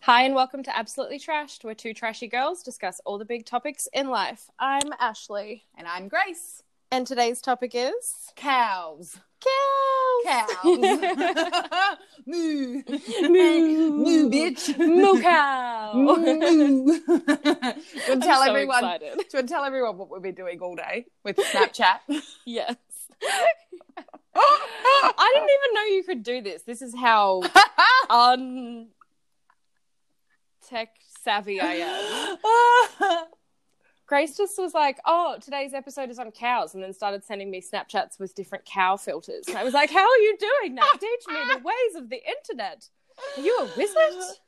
Hi, and welcome to Absolutely Trashed, where two trashy girls discuss all the big topics in life. I'm Ashley, And I'm Grace. and today's topic is Cows. cows. Moo. Moo. Moo, bitch. Moo cow. Moo. Moo. Do you want to I'm tell so everyone? excited. Do you want to tell everyone what we've been doing all day with Snapchat? Yes. I didn't even know you could do this. This is how un tech savvy I am. Grace just was like, "Oh, today's episode is on cows," and then started sending me Snapchats with different cow filters. And I was like, "How are you doing now? Teach me the ways of the internet. Are you a wizard?"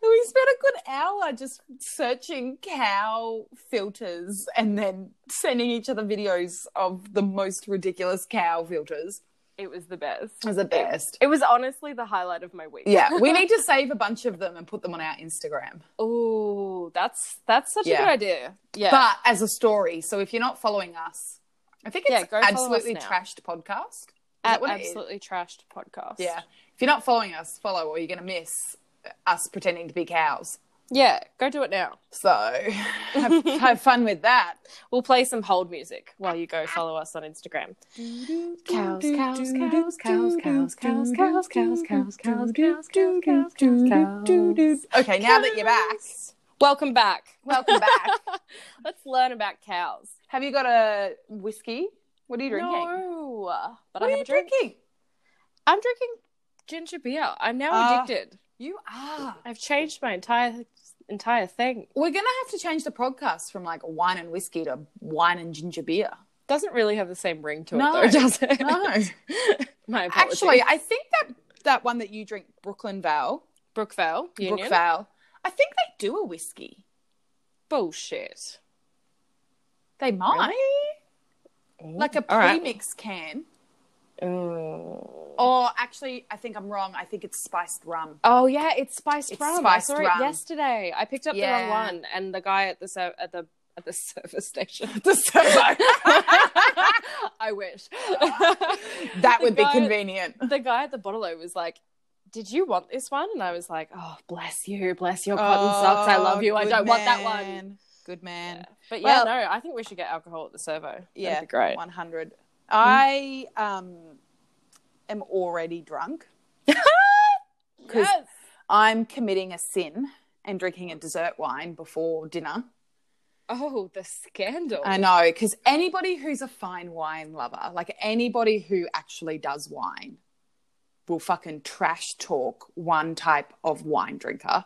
We spent a good hour just searching cow filters and then sending each other videos of the most ridiculous cow filters. It was the best. It was the best. It was honestly the highlight of my week. Yeah, we need to save a bunch of them and put them on our Instagram, Oh, that's that's such Yeah. a good idea. Yeah. but as a story. So if you're not following us, I think Yeah, it's go follow us absolutely now. trashed podcast. Is At that what it is? absolutely trashed podcast. Yeah. If you're not following us, follow or you're going to miss us pretending to be cows. Yeah. Go do it now. So have, have fun with that. We'll play some hold music while you go follow us on Instagram. Cows, cows, cows, cows, cows, cows, cows, cows, cows, cows, cows, cows, cows, cows. Okay, now that you're back, Welcome back. welcome back. Let's learn about cows. Have you got a whiskey? What are you drinking? No, but I What are have you a drink. drinking? I'm drinking ginger beer. I'm now Ah. addicted. You are. I've changed my entire entire thing. We're gonna have to change the podcast from like wine and whiskey to wine and ginger beer. Doesn't really have the same ring to it No. though, does it? No. my apologies. Actually, I think that that one that you drink, Brooklyn Vale, Brookvale Union. Brook Vale, I think they do a whiskey. Bullshit. They might like a All right. premix can. Mm. Or actually, I think I'm wrong. I think it's spiced rum. Oh yeah, it's spiced It's rum. spiced I saw rum. it yesterday. I picked up the Yeah. wrong one, and the guy at the ser- at the at the service station. The servo. I wish. that The would be guy- convenient. The guy at the bottle o was like, "Did you want this one?" And I was like, "Oh, bless you, bless your cotton Oh, socks. I love you. I good don't want that one." man. Good man. But yeah, Well- no, I think we should get alcohol at the servo. Yeah, That'd be great. Mm. 100. I um, am already drunk. 'Cause Yes. I'm committing a sin and drinking a dessert wine before dinner. Oh, the scandal. I know, because anybody who's a fine wine lover, like anybody who actually does wine, will fucking trash talk one type of wine drinker.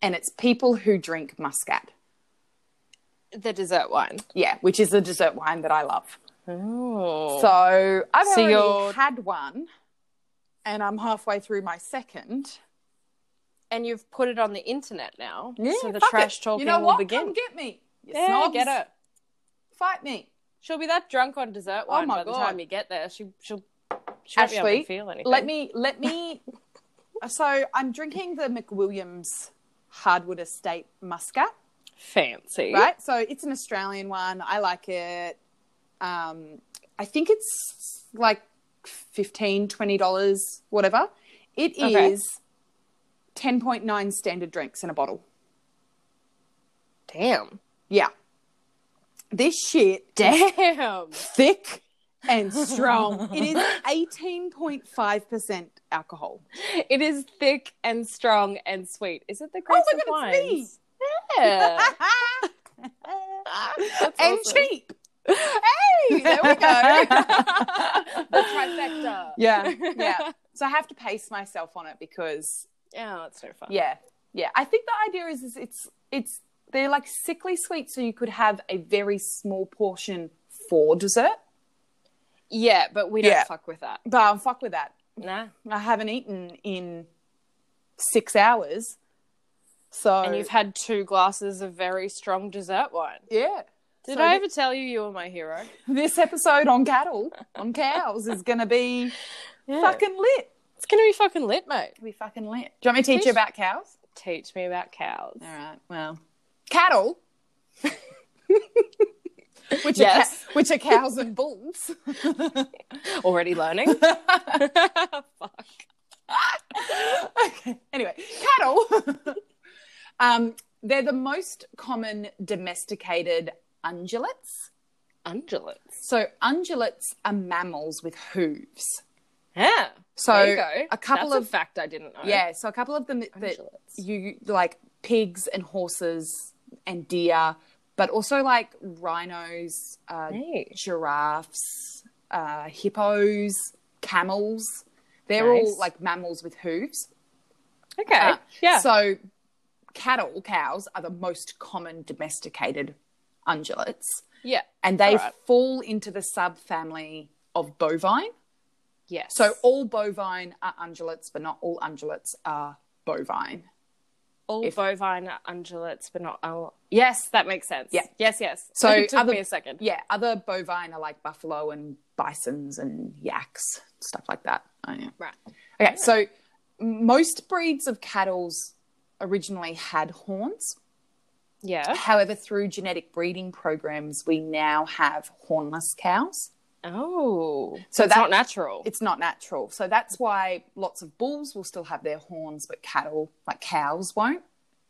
And it's people who drink muscat. the dessert wine. Yeah, which is the dessert wine that I love. Oh. So So I've So already you're- had one and I'm halfway through my second. and you've put it on the internet now. so the fuck trash it. talking You know will what? Come begin. get me. You Yeah, snobs. get it. Fight me. She'll be that drunk on dessert wine my by the God. time you get there. She she'll she won't be able Ashley, to feel anything. Let me let me uh, so I'm drinking the McWilliams Hardwood Estate Muscat, fancy. right? So it's an Australian one. I like it. Um I think it's like 15 dollars, whatever. It is Okay. 10.9 standard drinks in a bottle. Damn. Yeah. This shit Damn. thick and strong. it is 18.5% alcohol. It is thick and strong and sweet. Is it the Grace my of God, it's me. Wines? Yeah. That's and awesome. cheap. Hey, there we go. the trifecta. yeah, yeah. So I have to pace myself on it because Oh, that's so fun. yeah, yeah. I think the idea is, is it's it's they're like sickly sweet, so you could have a very small portion for dessert. Yeah, but we don't Yeah. fuck with that. But I'm fuck with that. Nah. I haven't eaten in six hours, so And you've had two glasses of very strong dessert wine. yeah. Did So I thi- ever tell you you were my hero? this episode on cattle on cows is gonna be Yeah. fucking lit. It's gonna be fucking lit, mate. We fucking lit. Do you want me to teach you about cows? Teach me about cows. All right. Well, cattle, which Yes. are ca- which are cows and bulls. Already learning. Fuck. okay. Anyway, cattle Um, they're the most common domesticated ungulates. Undulates. So undulates are mammals with hooves. Yeah. So there you go. a couple That's of a fact I didn't know. yeah, so a couple of them that Undulates. you like pigs and horses and deer, but also like rhinos, uh, Hey. giraffes, uh, hippos, camels. They're all Nice. like mammals with hooves. Okay. Uh, yeah. So cattle, cows, are the most common domesticated ungulates, yeah. and they Alright. fall into the subfamily of bovine. Yes. So all bovine are ungulates, but not all ungulates are bovine. all if- bovine are undulates, but not all. Yes, that makes sense. Yeah. Yes. Yes. So it took other- me a second. Yeah, other bovine are like buffalo and bisons and yaks, stuff like that. I know. Right. Okay, so most breeds of cattle's originally had horns. Yeah. However, through genetic breeding programs, we now have hornless cows. Oh. So So that's that's- not natural. It's not natural. So that's why lots of bulls will still have their horns, but cattle, like cows, won't.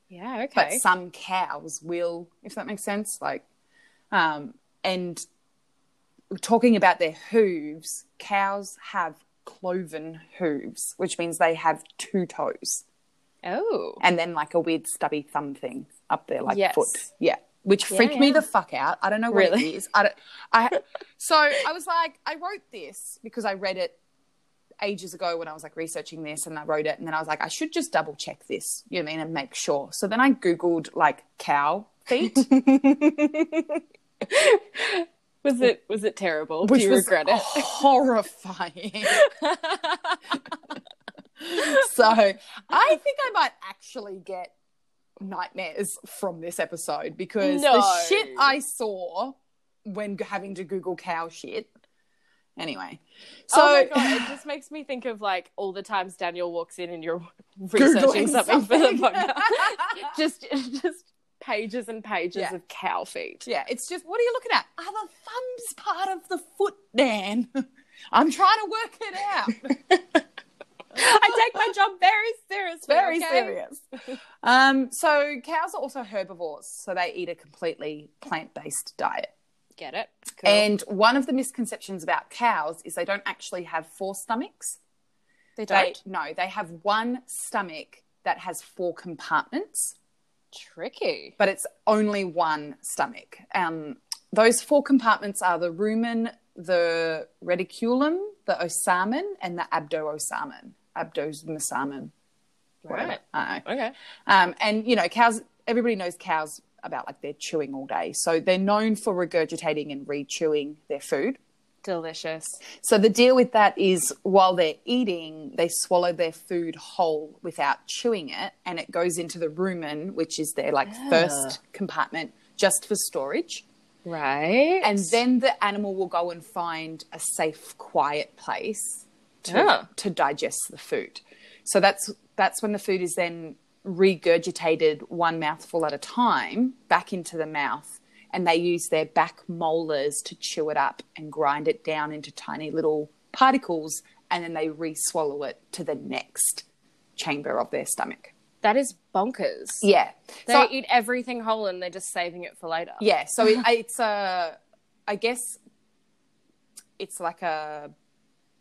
yeah. But Okay. some cows will, if that makes sense. Like, um, and talking about their hooves, cows have cloven hooves, which means they have two toes. oh. and then like a weird stubby thumb thing up there, like Yes. foot. Yeah. Which freaked me yeah. the fuck out. I don't know what Really? it is. I, don't, I so I was like, I wrote this because I read it ages ago when I was like researching this, and I wrote it, and then I was like, I should just double check this, you know what I mean, and make sure. So then I googled like cow feet, Was it was it terrible? which Do you was regret it? horrifying. so I think I might actually get nightmares from this episode because the No. shit I saw when g- having to Google cow shit. Anyway, so oh my god, it just makes me think of like all the times Daniel walks in and you're researching Googling something, for the something. podcast. just just pages and pages Yeah. of cow feet. yeah, it's just what are you looking at? Are the thumbs part of the foot, Dan? I'm trying to work it out. I take my job very seriously. Very okay? serious. Um, so cows are also herbivores, so they eat a completely plant-based diet. Get it? Cool. And one of the misconceptions about cows is they don't actually have four stomachs. they They, don't. no, they have one stomach that has four compartments, Tricky. but it's only one stomach. Um, those four compartments are the rumen, the reticulum, the osamen, and the abdo-osamen, abdominal whatever. Right. I don't know. Okay. Um, and you know, cows. Everybody knows cows about like they're chewing all day, so they're known for regurgitating and re-chewing their food. Delicious. So the deal with that is while they're eating, they swallow their food whole without chewing it, and it goes into the rumen, which is their like first compartment just for storage. Right. And then the animal will go and find a safe, quiet place to, Yeah. to digest the food. So that's that's when the food is then regurgitated one mouthful at a time back into the mouth, and they use their back molars to chew it up and grind it down into tiny little particles, and then they re-swallow it to the next chamber of their stomach. that is bonkers. Yeah. They So- eat everything whole and they're just saving it for later. Yeah, so it, it's a, I guess, it's like a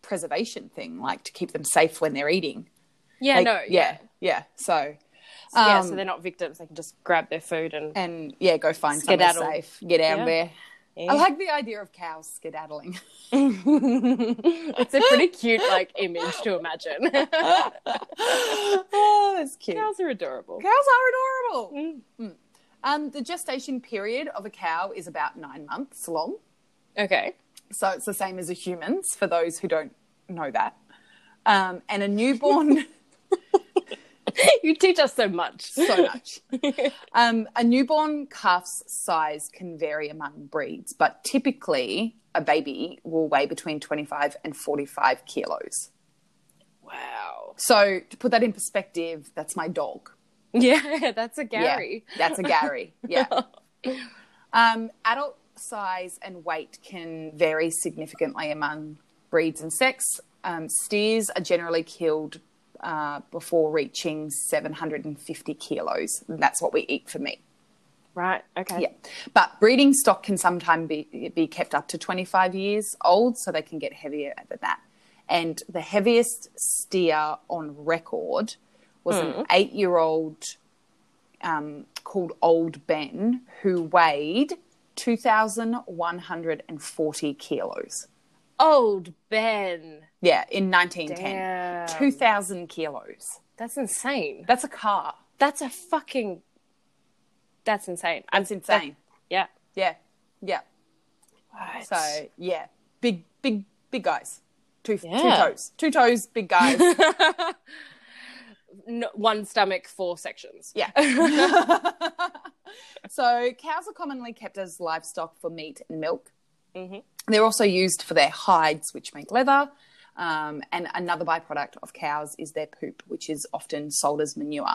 preservation thing, like to keep them safe when they're eating. Yeah, Like, no. yeah, yeah. So, Yeah, um, so they're not victims. They can just grab their food and and yeah, go find somewhere Skedaddle. safe. Get out Yeah. of there. Yeah. I like the idea of cows skedaddling. it's a pretty cute like image to imagine. oh, that's cute. Cows, Cows are adorable. are adorable. Mm. Mm. Um, the gestation period of a cow is about nine months long. Okay. So it's the same as a human's for those who don't know that. Um, and a newborn, You teach us so much. so much. Um, a newborn calf's size can vary among breeds, but typically a baby will weigh between 25 and 45 kilos. Wow. So to put that in perspective, that's my dog. Yeah, that's a Gary. Yeah, that's a Gary. Yeah. um, adult size and weight can vary significantly among breeds and sex. Um, steers are generally killed uh, uh, before reaching 750 kilos. And that's what we eat for meat. Right. Okay. Yeah. But breeding stock can sometimes be, be kept up to 25 years old, so they can get heavier than that. And the heaviest steer on record was an eight year old um, called Old Ben who weighed 2,140 kilos. Old Ben. Yeah, in 1910. Damn. 2,000 kilos. That's insane. That's a car. That's a fucking. That's insane. That's insane. Yeah. Yeah. Yeah. So yeah, big, big, big guys. Two, two Yeah. toes, two toes, big guys. N- one stomach, four sections. Yeah. so cows are commonly kept as livestock for meat and milk. Mm-hmm. They're also used for their hides, which make leather. Um, and another byproduct of cows is their poop, which is often sold as manure.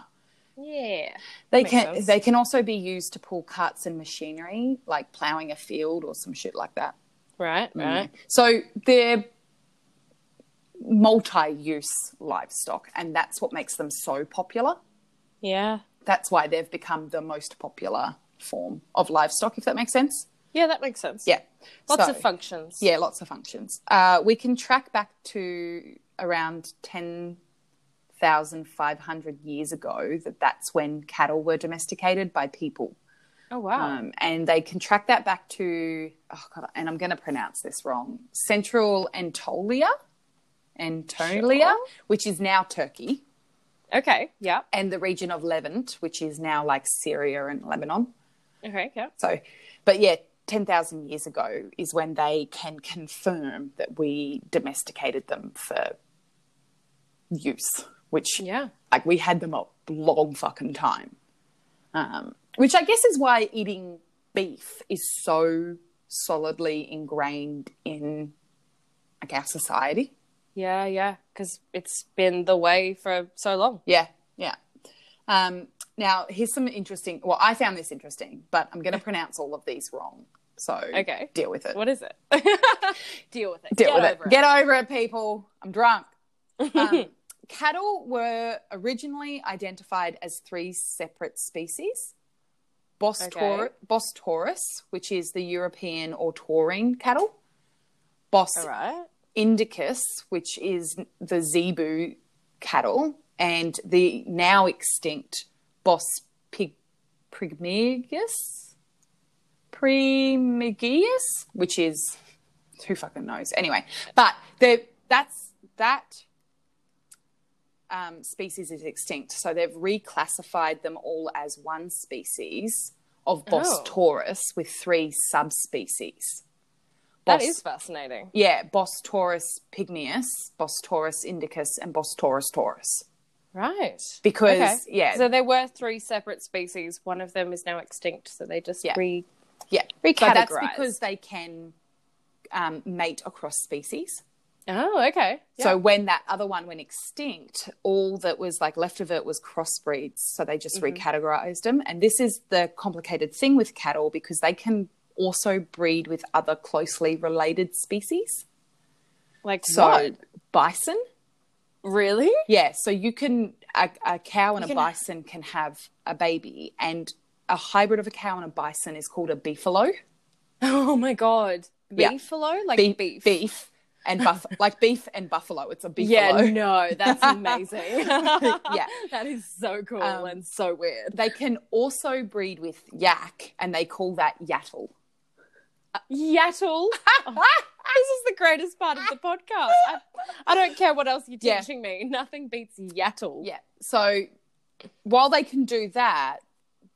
Yeah. They Makes can sense. they can also be used to pull carts and machinery, like ploughing a field or some shit like that. Right. Right. So they're multi-use livestock, and that's what makes them so popular. Yeah. that's why they've become the most popular form of livestock, if that makes sense. Yeah, that makes sense. Yeah. Lots So- of functions. Yeah, lots of functions. Uh, we can track back to around 10,500 years ago that that's when cattle were domesticated by people. Oh wow. Um, and they can track that back to, oh God, and I'm going to pronounce this wrong, Central Anatolia, Antolia, Sure. which is now Turkey, okay. Yeah. and the region of Levant, which is now like Syria and Lebanon. Okay. Yeah. So, but yeah, 10,000 years ago is when they can confirm that we domesticated them for use, which, Yeah. like, we had them a long fucking time. Um, which I guess is why eating beef is so solidly ingrained in like our society. Yeah. Yeah. Because it's been the way for so long. Yeah, yeah. Um, now, here's some interesting. Well, I found this interesting, but I'm going to pronounce all of these wrong. So, Okay. deal with it. What is it? Deal with it. Deal Get with over it. Get over it, people. I'm drunk. Um, cattle were originally identified as three separate species. Bos, Okay. taur- Bos taurus, which is the European or taurine cattle. Bos All right. indicus, which is the zebu cattle. And the now extinct Bos pig- prigmigus? Primigius, which is who fucking knows. Anyway, but the that's that um, species is extinct, so they've reclassified them all as one species of Bos Oh. taurus with three subspecies. That Bos- is fascinating. yeah, Bos taurus pygmaeus, Bos taurus indicus, and Bos taurus taurus. Right. Because Okay. yeah, So there were three separate species. One of them is now extinct. So they just Yeah. re. yeah, but that's recategorised. because they can um, mate across species. Oh, okay. So when that other one went extinct, all that was like left of it was crossbreeds. So they just Mm-hmm. recategorized them. And this is the complicated thing with cattle because they can also breed with other closely related species. like So what? bison. Really? Yeah. So you can a, a cow and a can- bison can have a baby and a hybrid of a cow and a bison is called a beefalo. Oh my god. Yeah. Beefalo? Like Be- beef. Beef and buff like beef and buffalo. It's a beefalo. Yeah, no, that's amazing. Yeah. That is so cool Um, and so weird. They can also breed with yak, and they call that yattle. Yattle. this is the greatest part of the podcast. I, I don't care what else you're Yeah. teaching me. Nothing beats Yattle. Yeah. So while they can do that,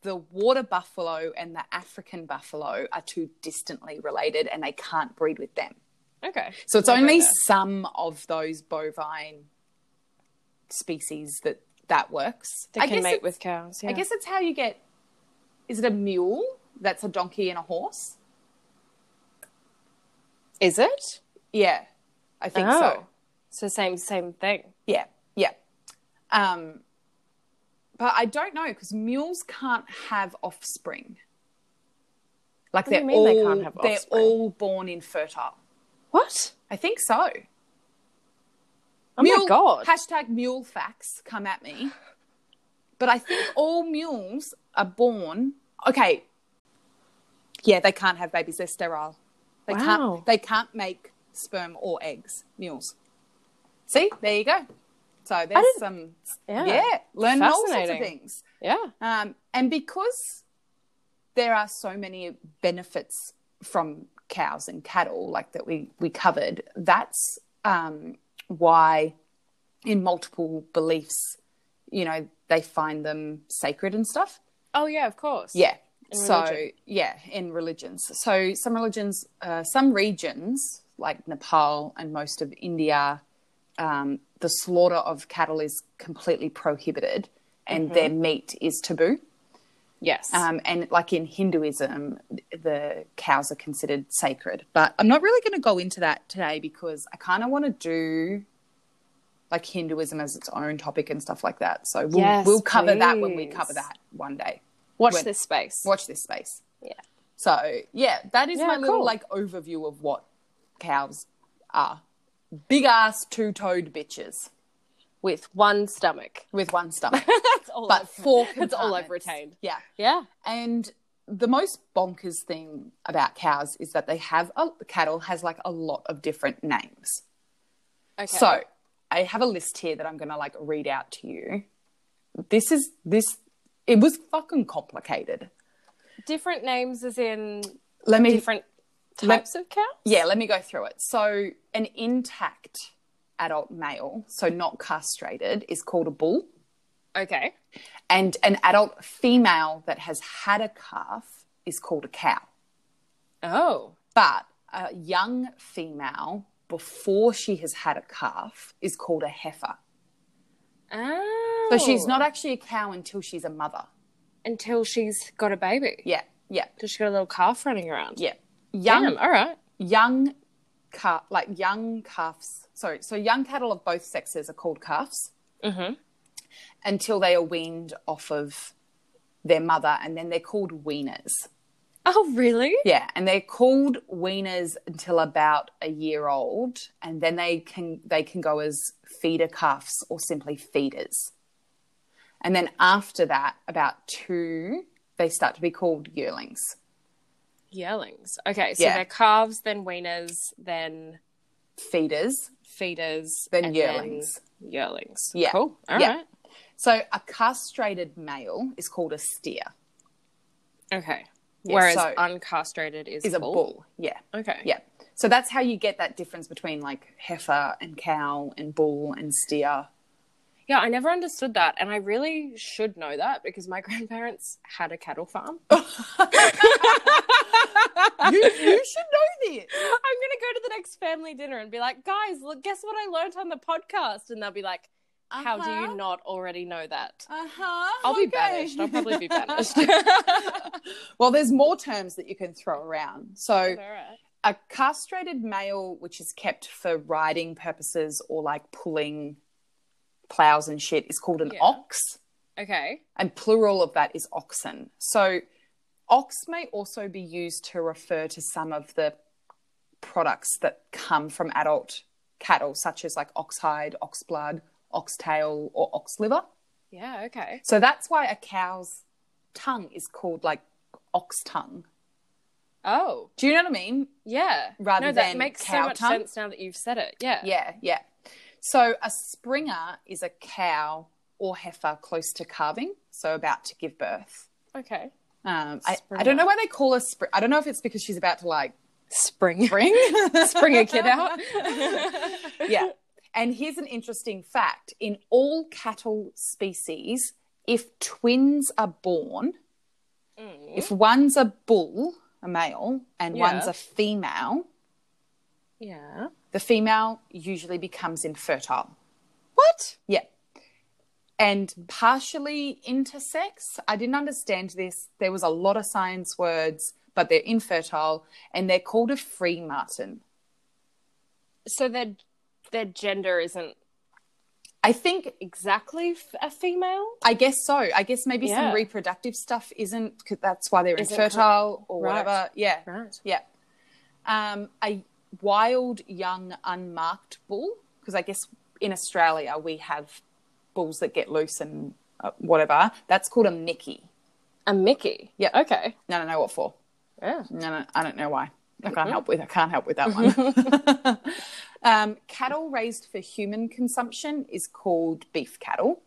the water buffalo and the African buffalo are too distantly related, and they can't breed with them. Okay. So it's Okay, only there. some of those bovine species that that works. They I can guess mate it's- with cows. Yeah. I guess it's how you get. Is it a mule? That's a donkey and a horse. Is it? Yeah, I think so. Oh. So same same thing. Yeah, yeah. Um, but I don't know because mules can't have offspring. What Like do they're you mean they all can't have they're offspring? all born infertile. What? I think so. Oh my mule, god. Hashtag mule facts come at me. But I think all mules are born. Okay. Yeah, they can't have babies. They're sterile. They Wow. can't. They can't make sperm or eggs. Mules. See, there you go. So there's didn't- some. Yeah. Yeah, learn all sorts of Fascinating. things. Yeah. Um, and because there are so many benefits from cows and cattle, like that we, we covered, that's um, why in multiple beliefs, you know, they find them sacred and stuff. Oh yeah, of course. Yeah. In so, religion. yeah, in religions. So, some religions, uh, some regions like Nepal and most of India, um, the slaughter of cattle is completely prohibited and Mm-hmm. their meat is taboo. Yes. Um, and like in Hinduism, the cows are considered sacred. But I'm not really going to go into that today because I kind of want to do like Hinduism as its own topic and stuff like that. So we'll, Yes, we'll cover that when we please. cover that one day. Watch when- this space. Watch this space. Yeah. So yeah, that is Yeah, my little cool. like overview of what cows are. Big ass two toed bitches With one stomach. with one stomach, That's all. but I've- four. That's all I've compartments. retained. Yeah. Yeah. And the most bonkers thing about cows is that they have a, cattle has like a lot of different names. Okay. So I have a list here that I'm gonna like read out to you. This is this. It was fucking complicated. different names as in Let me different types of cows. yeah. Let me go through it. So an intact adult male, so not castrated, is called a bull, Okay. and an adult female that has had a calf is called a cow. Oh. But a young female before she has had a calf is called a heifer. Oh. So she's not actually a cow until she's a mother. until she's got a baby. Yeah, yeah, Because she's got a little calf running around. yeah. Damn. Young, All right. young calf, like young calves. Sorry, so young cattle of both sexes are called calves Mm-hmm. until they are weaned off of their mother, and then they're called weaners. Oh really? Yeah, and they're called weaners until about a year old, and then they can they can go as feeder calves or simply feeders. And then after that, about two, they start to be called yearlings, Yearlings. Okay. So Yeah. they're calves, then weaners, then feeders, feeders, then and yearlings. yearlings. Yeah. Cool. All right. Yeah. So a castrated male is called a steer, Okay. Whereas so- uncastrated is, is a bull. Yeah, Okay. yeah. So that's how you get that difference between like heifer and cow and bull and steer. Yeah, I never understood that. And I really should know that because my grandparents had a cattle farm. You, you should know I'm this. going to go to the next family dinner and be like, guys, look, guess what I learned on the podcast? And they'll be like, how do Uh-huh. you not already know that? Uh huh. I'll be banished. I'll probably be banished. well, there's more terms that you can throw around. So, All right. a castrated male, which is kept for riding purposes or like pulling plows and shit, is called an Yeah. ox, Okay. and plural of that is oxen. So, ox may also be used to refer to some of the products that come from adult cattle, such as like ox hide, ox blood, ox tail, or ox liver. Yeah, okay. So that's why a cow's tongue is called like ox tongue. Oh, Do you know what I mean? yeah. Rather no, that than makes so cow much tongue? sense now that you've said it. Yeah. Yeah, yeah. So a springer is a cow or heifer close to calving, so about to give birth. Okay. Um, I, I Springer. don't know why they call her spring. I don't know if it's because she's about to like Spring. spring. Spring a kid out. yeah. And here's an interesting fact in all cattle species, if twins are born, Mm. if one's a bull, a male, and Yeah. one's a female, Yeah. the female usually becomes infertile. What? Yeah. And partially intersex. I didn't understand this. There was a lot of science words, but they're infertile and they're called a free martin. So their their gender isn't I think, exactly f- a female. I guess so. I guess maybe Yeah. some reproductive stuff isn't, because that's why they're Isn't cor- infertile or Right. whatever. Yeah. Right. Yeah. Um, a wild, young, unmarked bull, because I guess in Australia we have balls that get loose and uh, whatever. That's called a mickey. A Mickey. Yeah. Okay. No, no, no. What for? Yeah. No, no. I don't know why. I can't help with. I can't help with that one. um, cattle raised for human consumption is called beef cattle.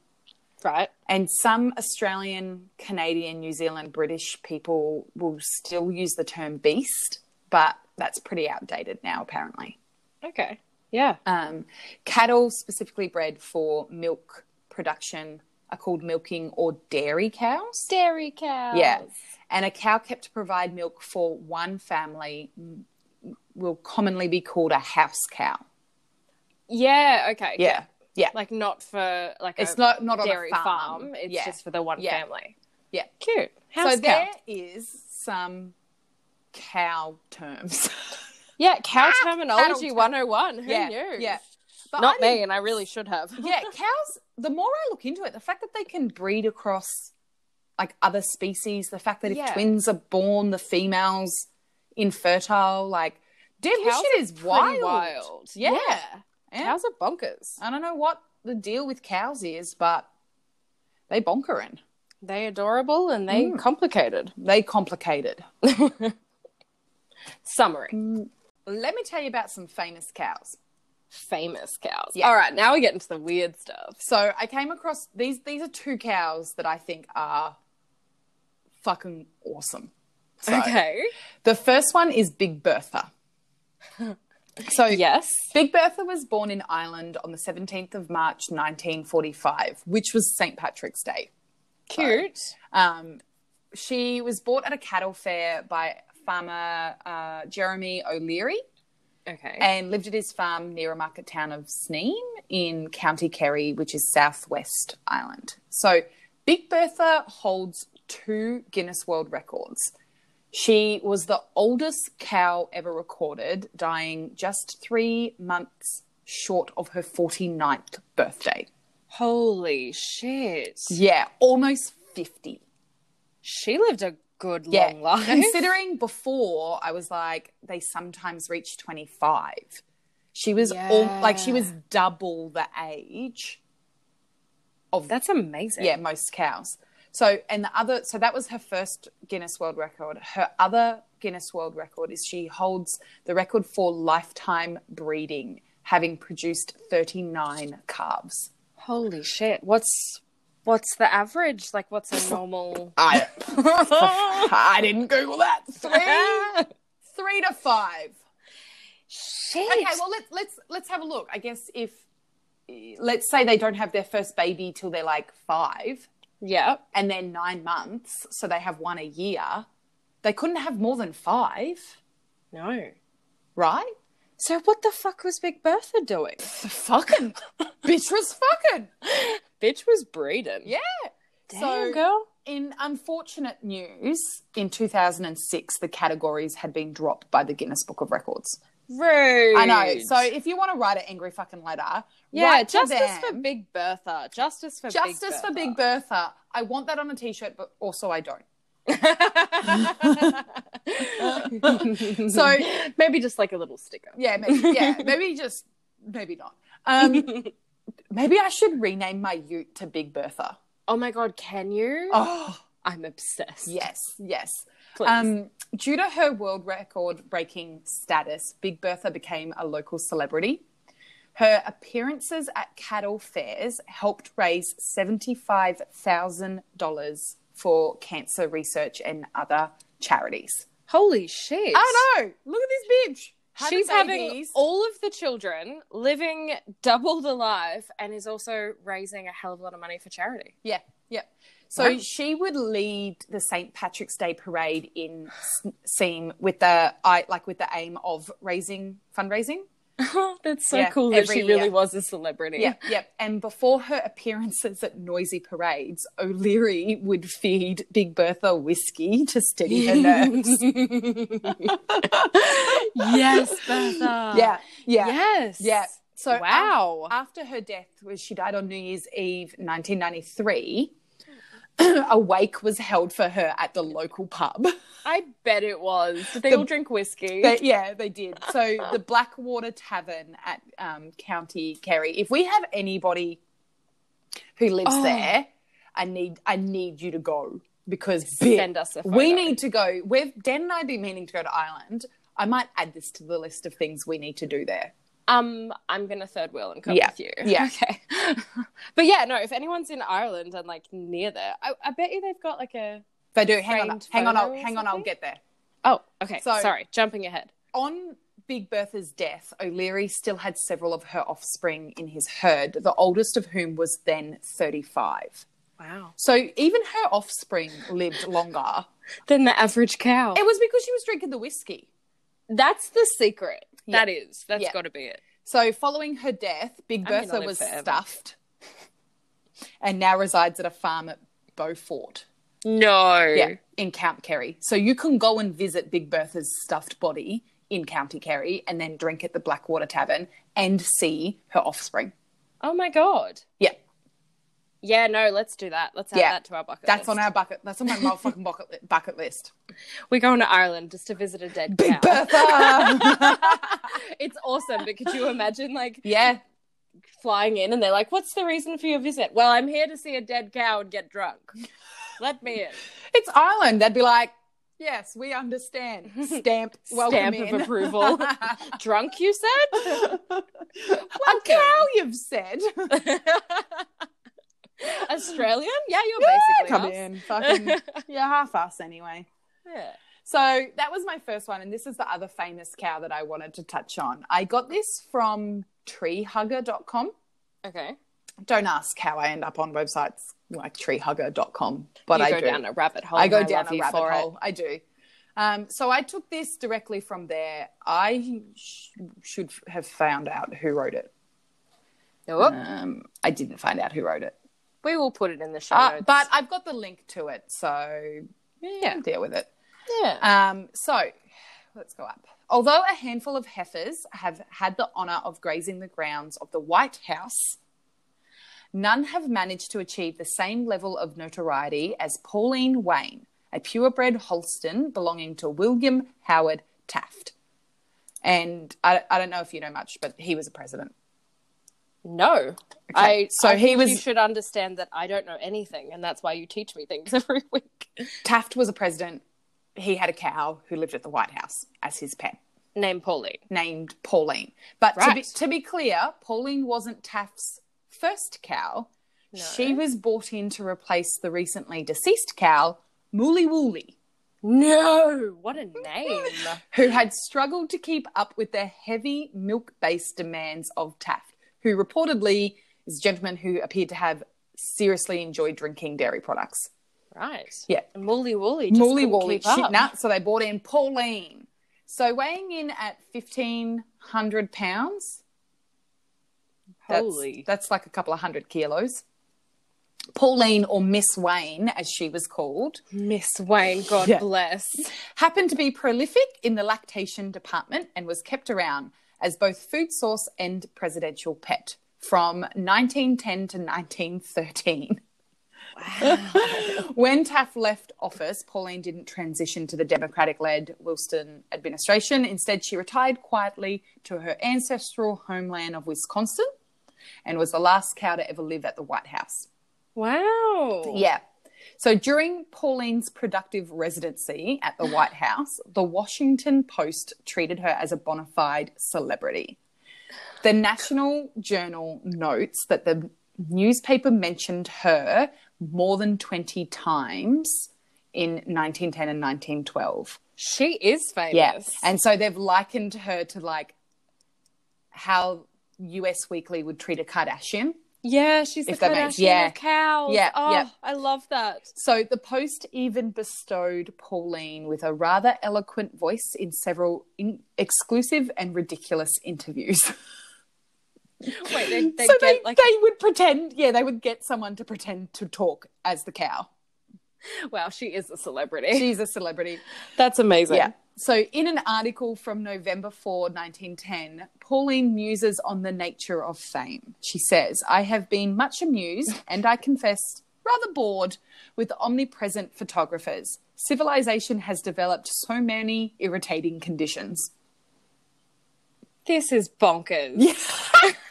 Right. And some Australian, Canadian, New Zealand, British people will still use the term beast, but that's pretty outdated now, apparently. Okay. Yeah. Um, cattle specifically bred for milk production are called milking or dairy cows. Dairy cows. Yeah. And a cow kept to provide milk for one family will commonly be called a house cow. Yeah. Okay. Yeah. Yeah. Like not for like it's a not, not on dairy a farm. It's Yeah. just for the one Yeah. family. Yeah. Cute. House cow. so there is some cow terms. Yeah. Cow Ah! cattle terminology term- 101. Who yeah, knew? yeah. But Not I me, didn't- and I really should have. yeah, cows. The more I look into it, the fact that they can breed across like other species, the fact that if Yeah. twins are born, the females infertile, like dude, this Cows shit is Pretty wild. wild. Yeah. Yeah. Cows are bonkers. I don't know what the deal with cows is, but they bonkering. They adorable and they Mm. complicated. They complicated. Summary. Let me tell you about some famous cows. Famous cows. Yeah. All right, now we get into the weird stuff. So I came across these these are two cows that I think are fucking awesome. So Okay. the first one is Big Bertha. So Yes. Big Bertha was born in Ireland on the 17th of March 1945, which was St. Patrick's Day. Cute. Um, she was bought at a cattle fair by farmer uh, Jeremy O'Leary Okay. and lived at his farm near a market town of Sneem in County Kerry, which is southwest Ireland. So Big Bertha holds two Guinness World Records. She was the oldest cow ever recorded, dying just three months short of her 49th birthday. Holy shit. Yeah, almost 50. She lived a good Yeah. long life. Considering before, I was like, they sometimes reach 25. She was all, like, she Yeah. was double the age. Oh, That's amazing. Yeah, most cows. So, and the other, so that was her first Guinness World Record. Her other Guinness World Record is she holds the record for lifetime breeding, having produced 39 calves. Holy shit. What's what's the average? Like what's a normal I, I didn't Google that. Three, three to five. Shit. Okay, well let's let's let's have a look. I guess if let's say they don't have their first baby till they're like five, yeah. and then nine months, so they have one a year. They couldn't have more than five, No. right? So what the fuck was Big Bertha doing? Fucking bitch was fucking Bitch was breeding. yeah. Damn so girl. in unfortunate news, in 2006, the categories had been dropped by the Guinness Book of Records. Rude. I know. So if you want to write an angry fucking letter, yeah, write to justice them. for Big Bertha. Justice for Big Justice for Big Bertha. I want that on a t-shirt, but also I don't. Bertha. So maybe just like a little sticker. yeah, maybe, yeah, maybe just maybe not. Um, maybe I should rename my Ute to Big Bertha. Oh my god, can you? Oh I'm obsessed. yes, yes. Please. Um, due to her world record breaking status, Big Bertha became a local celebrity. Her appearances at cattle fairs helped raise $75,000 for cancer research and other charities. Holy shit. I know. Look at this bitch. Having She's having babies. all of the children, living double the life, and is also raising a hell of a lot of money for charity. Yeah, yeah. So Wow. she would lead the St. Patrick's Day parade in S- Seam with the I like with the aim of raising fundraising. That's so Yeah, cool that every she really year. was a celebrity. Yeah, yeah. And before her appearances at noisy parades, O'Leary would feed Big Bertha whiskey to steady her nerves. yes, Bertha. yeah, yeah, Yes. yeah. So um, af- wow. after her death, was she died on New Year's Eve, 1993. a wake was held for her at the local pub. I bet it was. Did they The- all drink whiskey? But yeah, they did. So the Blackwater Tavern at um, County Kerry. If we have anybody who lives Oh. there, I need I need you to go because Send bitch, us a we photo. need to go. We've Dan and I have been meaning to go to Ireland. I might add this to the list of things we need to do there. Um, I'm gonna third wheel and come Yeah. with you. Yeah. Okay. but yeah, no. If anyone's in Ireland and like near there, I, I bet you they've got like a. If I do, hang on, Framed hang on, I'll, photo or hang on, I'll something? get there. Oh, okay. So- Sorry, jumping ahead. on Big Bertha's death, O'Leary still had several of her offspring in his herd, the oldest of whom was then 35. Wow. So even her offspring lived longer. Than the average cow. It was because she was drinking the whiskey. that's the secret. Yeah. That is. That's Yeah. got to be it. So following her death, Big I mean, Bertha I'll live was forever. stuffed and now resides at a farm at Beaufort. No. Yeah, in Count Kerry. So you can go and visit Big Bertha's stuffed body in County Kerry and then drink at the Blackwater Tavern and see her offspring. Oh my god. Yeah. Yeah. No. Let's do that. Let's add Yeah. that to our bucket. That's list. on our bucket. That's on my motherfucking bucket, li- bucket list. We're going to Ireland just to visit a dead Big cow. Bertha. It's awesome, but could you imagine like yeah, flying in and they're like, "What's the reason for your visit?" Well, I'm here to see a dead cow and get drunk. Let me in. it's Ireland. They'd be like, yes, we understand. Stamp. Welcome Stamp in. of approval. drunk, you said? A cow, you've said. Australian? Yeah, you're basically Come us. in. Fucking, yeah, half us anyway. Yeah. So that was my first one, and this is the other famous cow that I wanted to touch on. I got this from treehugger.com. Okay. Don't ask how I end up on websites like treehugger.com, but you I go do. down a rabbit hole. I go and down love a you rabbit for it. hole. I do. Um, so I took this directly from there. I sh- should have found out who wrote it. Nope. Um, I didn't find out who wrote it, We will put it in the show uh, notes. but I've got the link to it, so yeah, deal with it. yeah. Um, so let's go up. Although a handful of heifers have had the honour of grazing the grounds of the White House, none have managed to achieve the same level of notoriety as Pauline Wayne, a purebred Holston belonging to William Howard Taft. And I, I don't know if you know much, but he was a president. no. I so I he think was- you should understand that I don't know anything and that's why you teach me things every week. Taft was a president. He had a cow who lived at the White House as his pet. Name Pauline. named Pauline. But to, be, Right. to be clear, Pauline wasn't Taft's first cow. She was brought in to replace the recently deceased cow, Mooly Wooly, No, what a name. who had struggled to keep up with the heavy milk based demands of Taft, who reportedly is a gentleman who appeared to have seriously enjoyed drinking dairy products. Right. Yeah. And Mooly Wooly. Just Mooly couldn't Wooly, keep shit up. nut. So they brought in Pauline. So weighing in at 1,500 pounds, That's, Holy. That's like a couple of hundred kilos. Pauline, or Miss Wayne, as she was called, Miss Wayne, God Yeah. bless. happened to be prolific in the lactation department and was kept around as both food source and presidential pet from 1910 to 1913. when Taft left office, Pauline didn't transition to the Democratic led Wilson administration. Instead, she retired quietly to her ancestral homeland of Wisconsin and was the last cow to ever live at the White House. Wow. Yeah. So during Pauline's productive residency at the White House, the Washington Post treated her as a bona fide celebrity. The National Journal notes that the newspaper mentioned her more than 20 times in 1910 and 1912. She is famous. Yes. And so they've likened her to like how US Weekly would treat a Kardashian. yeah, she's the If that makes- Kardashian yeah. of cows. Yeah, Oh, yeah. I love that. So the Post even bestowed Pauline with a rather eloquent voice in several in- exclusive and ridiculous interviews. Wait, they, they so get they, like, they would pretend, yeah, they would get someone to pretend to talk as the cow. wow, she is a celebrity. She's a celebrity. That's amazing. Yeah. So, in an article from November 4, 1910, Pauline muses on the nature of fame. She says, I have been much amused and I confess rather bored with the omnipresent photographers. Civilization has developed so many irritating conditions. This is bonkers.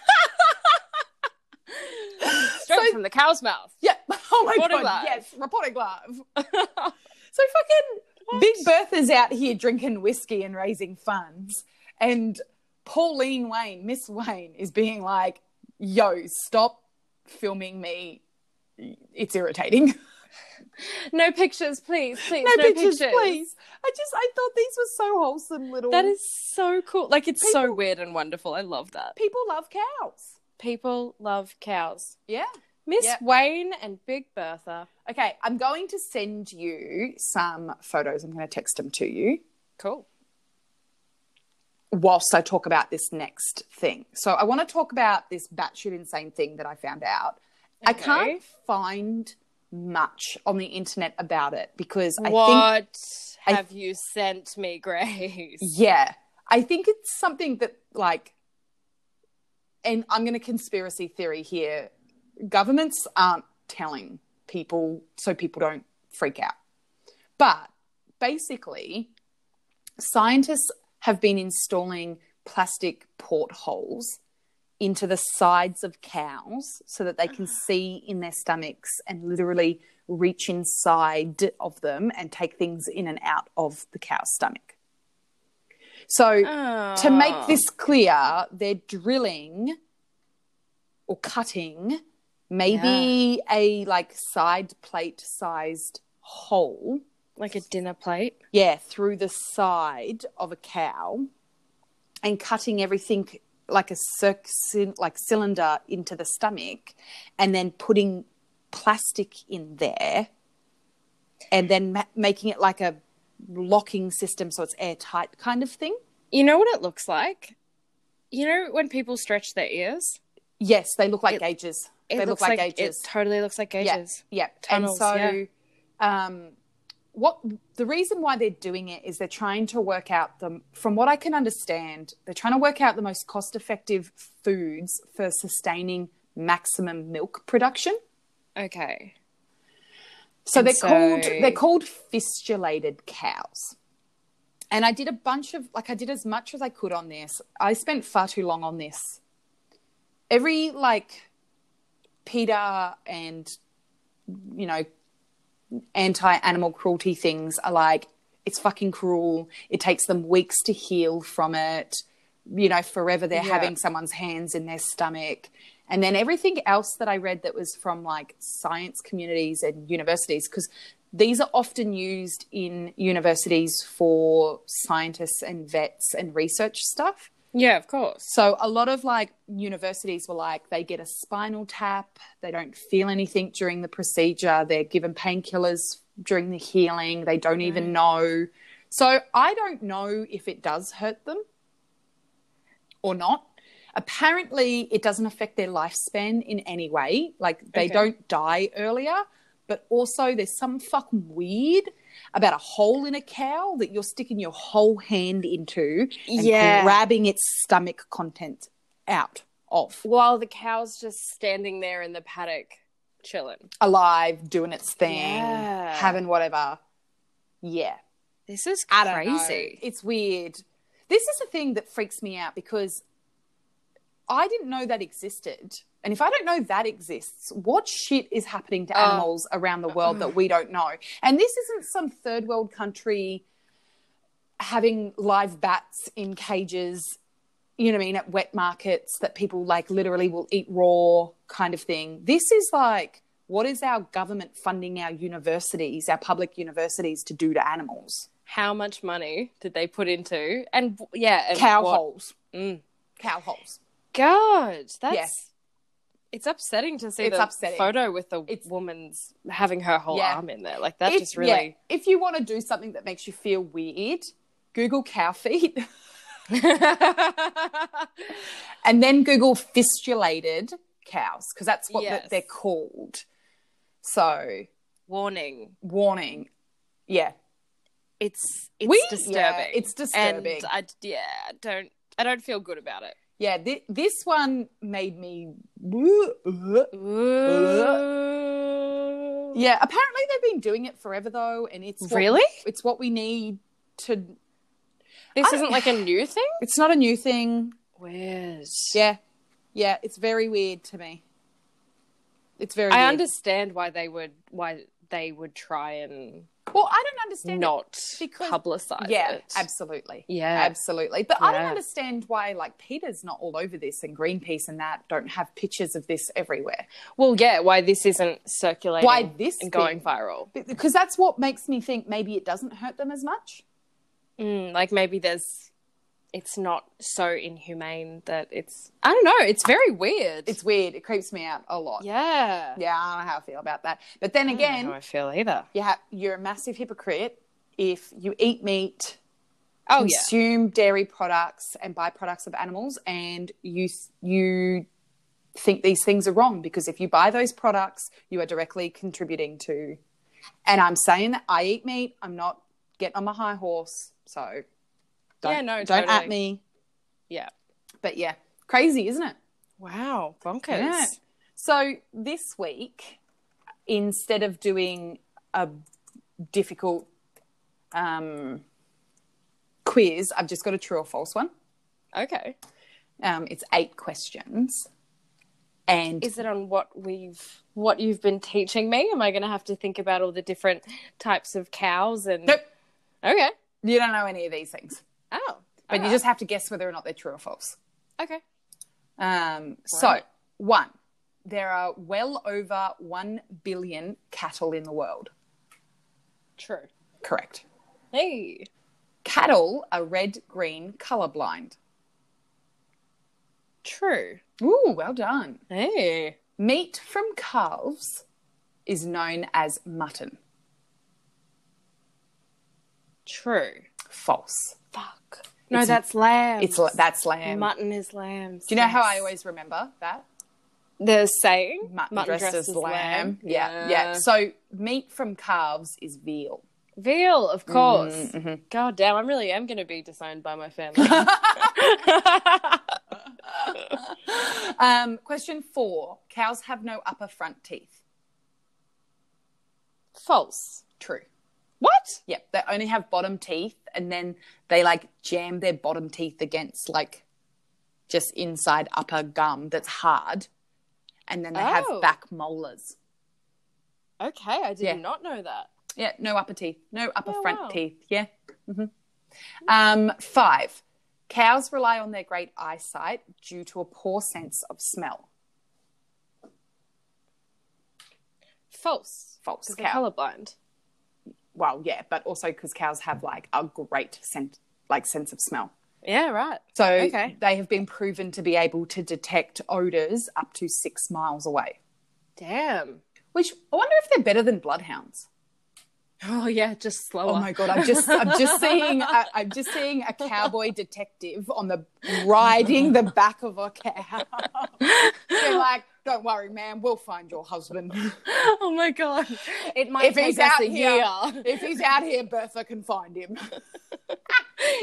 Straight from the cow's mouth. Yeah. Oh my Reporting god. live. Yes, reporting live. So fucking Big Bertha's out here drinking whiskey and raising funds, and Pauline Wayne, Miss Wayne, is being like, "Yo, stop filming me. It's irritating." no pictures, please. Please, no, pictures, please. I just I thought these were so wholesome little. That is so cool. Like it's so weird and wonderful. I love that. people love cows. People love cows. Yeah. Miss Yep. Wayne and Big Bertha. Okay, I'm going to send you some photos. I'm going to text them to you. Cool. whilst I talk about this next thing. So I want to talk about this batshit insane thing that I found out. I Okay. can't find much on the internet about it because I think what I- have you sent me, Grace? yeah, I think it's something that like and I'm going to conspiracy theory here. Governments aren't telling people so people don't freak out. But basically, scientists have been installing plastic portholes into the sides of cows so that they can see in their stomachs and literally reach inside of them and take things in and out of the cow's stomach. So, to Ah, Oh. make this clear, they're drilling or cutting maybe a like side plate sized hole like a dinner plate. yeah, through the side of a cow and cutting everything like a circ- cin- like cylinder into the stomach and then putting plastic in there and then ma- making it like a locking system so it's airtight kind of thing. You know what it looks like? You know when people stretch their ears? Yes, they look like It- gauges. It They look looks like, like gauges. It totally looks like gauges. Yeah. Tunnels, and so, um, what the reason why they're doing it is they're trying to work out the, from what I can understand, they're trying to work out the most cost effective foods for sustaining maximum milk production. Okay. So And they're so- called they're called fistulated cows. And I did a bunch of like I did as much as I could on this. I spent far too long on this. Every like PETA and you know anti-animal cruelty things are like it's fucking cruel. It takes them weeks to heal from it. You know, forever they're Yeah. having someone's hands in their stomach. And then everything else that I read that was from like science communities and universities, because these are often used in universities for scientists and vets and research stuff. Yeah, of course. So a lot of like universities were like they get a spinal tap, they don't feel anything during the procedure, they're given painkillers during the healing, they don't even know. So I don't know if it does hurt them or not. Apparently it doesn't affect their lifespan in any way. Like they Okay. don't die earlier, but also there's some fucking weird about a hole in a cow that you're sticking your whole hand into and Yeah. grabbing its stomach content out of While the cow's just standing there in the paddock, chilling. alive doing its thing Yeah. having whatever yeah This is I don't know. crazy. It's weird. This is the thing that freaks me out because I didn't know that existed. And if I don't know that exists, what shit is happening to Oh. animals around the world that we don't know? And this isn't some third world country having live bats in cages, you know what I mean, at wet markets that people like literally will eat raw kind of thing. This is like, what is our government funding our universities, our public universities to do to animals? How much money did they put into? And w- yeah, and cow what- holes. Mm. Cow holes. God, that's Yes. it's upsetting to see It's the upsetting. photo with the It's- woman's having her whole Yeah. arm in there. Like that If- just really yeah, if you want to do something that makes you feel weird, Google cow feet and then Google fistulated cows because that's what that Yes. they're called. So, warning. warning. Yeah. It's it's We- yeah, disturbing. it's disturbing. And I d- yeah, I don't I don't feel good about it. Yeah. Thi- this one made me. Yeah, apparently they've been doing it forever though, and it's what- Really? it's what we need to. This I- isn't like a new thing. It's not a new thing. Weird. Yeah, yeah, it's very weird to me. It's very. I weird. understand why they would why they would try and Well, I don't understand. it. not because- publicize Yeah, it. absolutely. Yeah. absolutely. But I don't Yeah. understand why, like, Peter's not all over this, and Greenpeace and that don't have pictures of this everywhere. Well, yeah, why this isn't circulating? Why this and going thing? viral? because that's what makes me think maybe it doesn't hurt them as much. Mm, like maybe there's, it's not so inhumane that it's. I don't know. It's very weird. It's weird. It creeps me out a lot. yeah. Yeah, I don't know how I feel about that. But then I don't know again, how I feel either. you ha- you're a massive hypocrite if you eat meat, Oh yeah. consume dairy products and byproducts of animals, and you you think these things are wrong because if you buy those products, you are directly contributing to. And I'm saying that I eat meat. I'm not getting on my high horse. So don't, Yeah, no, don't at totally. me. Yeah. But yeah, crazy, isn't it? Wow. Bonkers. Yeah. So this week, instead of doing a difficult um, quiz, I've just got a true or false one. Okay. Um, it's eight questions. And Is it on what we've what you've been teaching me? Am I going to have to think about all the different types of cows and? nope, Okay. you don't know any of these things, Oh. but you alright. just have to guess whether or not they're true or false. okay. Um, so, Right. one, there are well over 1 billion cattle in the world. True. Correct. Hey. Cattle are red, green, colorblind. True. Ooh, well done. Hey. Meat from calves is known as mutton. True. False. Fuck. No, It's- that's lamb. It's that's lamb. mutton is lamb. Do you know how I always remember that? the saying? Mutton, dressed, as lamb. Yeah, yeah, So meat from calves is veal. Veal, Mm, of course. mm-hmm. God damn, I really am going to be disowned by my family. Um, question four: Cows have no upper front teeth. False. True. What? Yep, they only have bottom teeth, and then they like jam their bottom teeth against like just inside upper gum that's hard, and then they Oh. have back molars. Okay, I did Yeah. not know that. Yeah, no upper teeth, no upper Oh, front wow. teeth. Yeah. hmm Um, five. Cows rely on their great eyesight due to a poor sense of smell. False. False. Because Cow. they're colorblind. well, yeah, but also because cows have like a great scent, like sense of smell. Yeah, right. So Okay. they have been proven to be able to detect odors up to six miles away. Damn. Which I wonder if they're better than bloodhounds. Oh, yeah, just slower. Oh my god! I'm just I'm just seeing I, I'm just seeing a cowboy detective on the riding the back of a cow. They're like, "Don't worry, man. We'll find your husband oh my god. It might if take he's us out a here. year. If he's out here, Bertha can find him."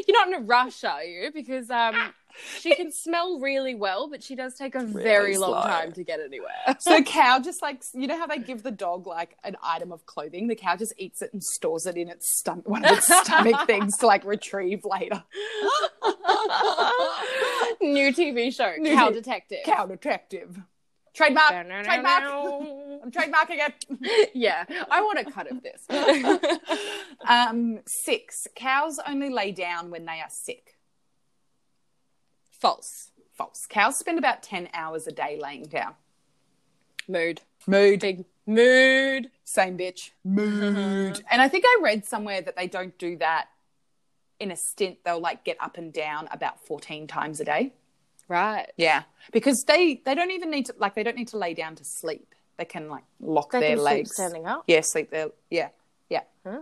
You're not in a rush, are you? Because um, she can smell really well, but she does take a very long slow. time to get anywhere. So the cow just like you know how they give the dog like an item of clothing. The cow just eats it and stores it in its stomach, one of its stomach things to like retrieve later. New TV show, New Cow T- Detective. Cow detective, trademark, trademark. I'm trademarking it. yeah, I want a cut of this. Um, six. Cows only lay down when they are sick. False. False. Cows spend about ten hours a day laying down. Mood. Mood. Big mood. Same bitch. Mood. and I think I read somewhere that they don't do that in a stint. They'll like get up and down about fourteen times a day. Right. Yeah, because they they don't even need to like they don't need to lay down to sleep. They can like lock They their can sleep legs. standing up. Yeah, sleep there. Yeah, yeah. Uh,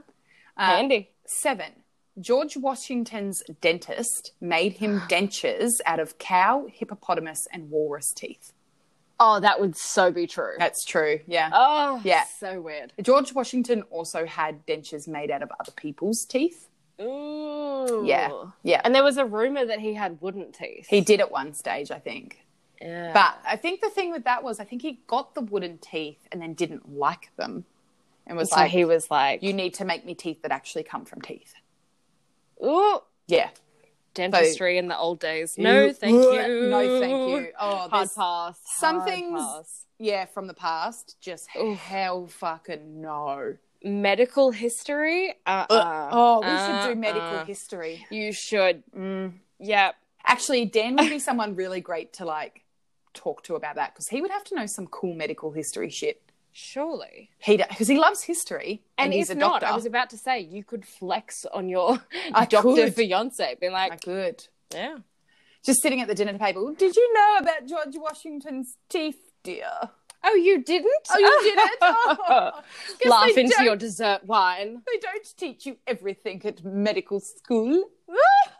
Handy. Seven. George Washington's dentist made him dentures out of cow, hippopotamus, and walrus teeth. Oh, that would so be true. That's true. Yeah. Oh, Yeah. So weird. George Washington also had dentures made out of other people's teeth. Ooh. Yeah. Yeah. And there was a rumor that he had wooden teeth. He did at one stage, I think. Yeah. But I think the thing with that was, I think he got the wooden teeth and then didn't like them. and was so like, he was like, "You need to make me teeth that actually come from teeth." "Ooh, Yeah. dentistry in the old days. No, Ew. thank you. No, thank you. Oh, Hard there's- pass. some hard things- pass. yeah, from the past. Just Oof. hell fucking no. Medical history. Uh. uh oh, we uh, should do medical uh. history. You should. Mm. Yep. Actually, Dan would be someone really great to like talk to about that because he would have to know some cool medical history shit. Surely. He because he loves history And, and, he's if a not, doctor. I was about to say you could flex on your I doctor could. fiance, being like, I could. yeah, Just sitting at the dinner table. Did you know about George Washington's teeth, dear? oh, you didn't? Oh, you didn't? Oh, 'Cause they Laugh into don't- your dessert wine. They don't teach you everything at medical school.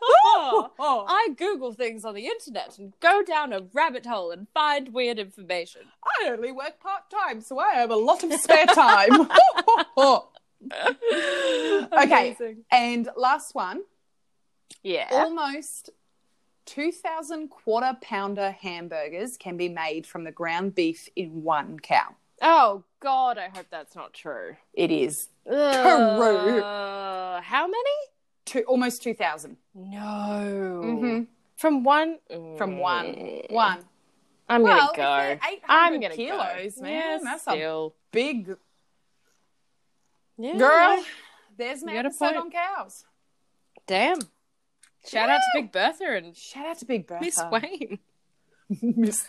Oh. I Google things on the internet and go down a rabbit hole and find weird information. I only work part time, so I have a lot of spare time. okay. Amazing. And last one Yeah. almost 2,000 quarter pounder hamburgers can be made from the ground beef in one cow. Oh God, I hope that's not true. It is Ugh, how many? two, almost 2,000 No. Mhm. From one. from one. Mm-hmm. Mm. One. I'm Well, gonna if they're go. 800 I'm gonna kilos, go. man. Yes, that's a still. big Yeah. girl. There's my You got a episode point. on cows. Damn. Shout out to Big Bertha and Shout out to Big Bertha. Miss Wayne. Miss-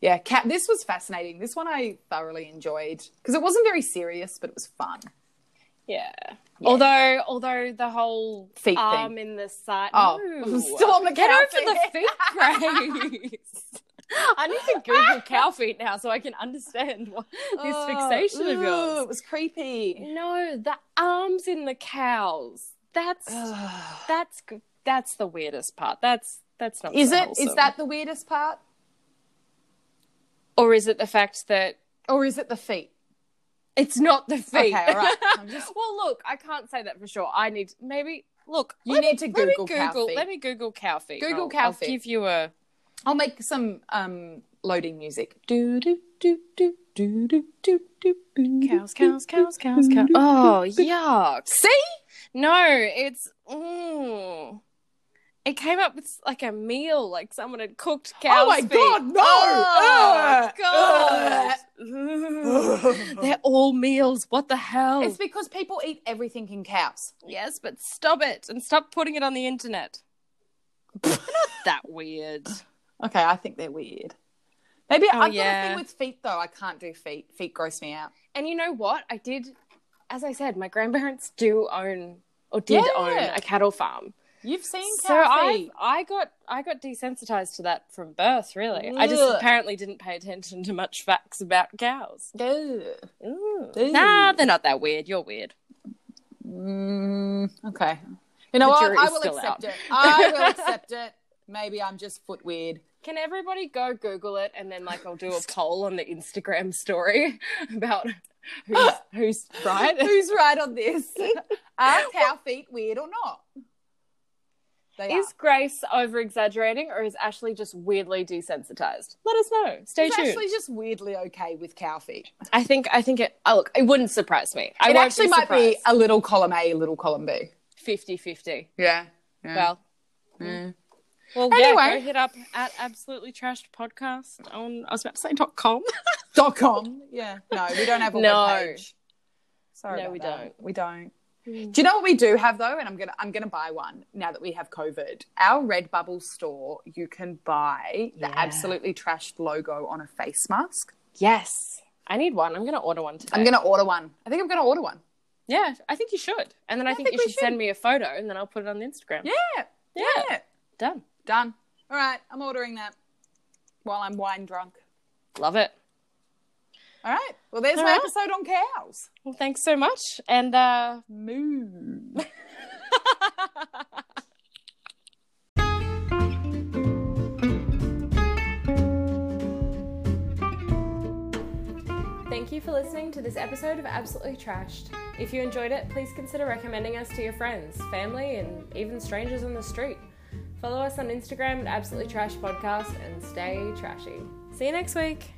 yeah, cat. This was fascinating. This one I thoroughly enjoyed because it wasn't very serious, but it was fun. Yeah. Although, although the whole Feet arm thing. in the side. Oh, no. still on the Get cow over the thing. feet craze. I need to Google cow feet now so I can understand what, this Oh, fixation of ooh, yours. It was creepy. No, the arms in the cows. That's that's g- that's the weirdest part. That's that's not. is so it? Is wholesome. that the weirdest part, or is it the fact that or is it the feet? It's not the feet. Okay, all right. I'm just- well, look, I can't say that for sure. I need maybe look. You let need to me- let me Google cow feet. Let me Google cow feet. Google I'll- cow I'll feet. Give you a I'll make some um, loading music. Do do do do do do do do. do, cows, do, cows, do, cows, cows, do, cows. do, Oh, yuck! See, No, it's. Mm, it came up with like a meal, like someone had cooked cows. Oh my feet. God, no! Oh, Ugh. God! Ugh. They're- They're all meals. What the hell? it's because people eat everything in cows. Yes, but stop it and stop putting it on the internet. They're not that weird. Okay, I think they're weird. Maybe I've got a Oh, yeah. thing with feet though. I can't do feet. Feet gross me out. And you know what? I did, as I said, my grandparents do own or did Yeah. own a cattle farm. You've seen So I, I got, I got desensitized to that from birth. Really, I Ugh. just apparently didn't pay attention to much facts about cows. I've... Nah, they're not that weird. You're weird. Mm, okay. You know The what? jury I is will still out. accept it. I will accept it. Maybe I'm just foot weird. Can everybody go Google it and then like I'll do a poll on the Instagram story about who's who's right? Who's right on this? Are cow feet weird or not? They Is Grace over exaggerating or is Ashley just weirdly desensitized? Let us know. are. Stay It's tuned. actually just weirdly okay with cow feet. I think I think it oh, look, it wouldn't surprise me. I it won't actually be might be surprised. a little column A, a little column B. 50-50. Yeah. yeah. Well, mm. Yeah. well, Anyway. yeah, go hit up at absolutely trashed podcast on I was about to say dot com. dot com. Yeah. No, we don't have a No. webpage. Sorry. No, about we that. don't. Hmm. We don't. Do you know what we do have though? And I'm gonna I'm gonna buy one now that we have COVID. Our Redbubble store, you can buy the Yeah. absolutely trashed logo on a face mask. yes. I need one. I'm gonna order one today. I'm gonna order one. I think I'm gonna order one. Yeah, I think you should. And then I, think, think you we should, send me a photo and then I'll put it on the Instagram. Yeah. Yeah. Yeah. Done. Done. All right. I'm ordering that while I'm wine drunk. Love it. All right. Well, there's my All right. episode on cows. Well, thanks so much. And uh Moo. Thank you for listening to this episode of Absolutely Trashed. If you enjoyed it, please consider recommending us to your friends, family, and even strangers on the street. Follow us on Instagram at Absolutely Trash Podcast and stay trashy. See you next week.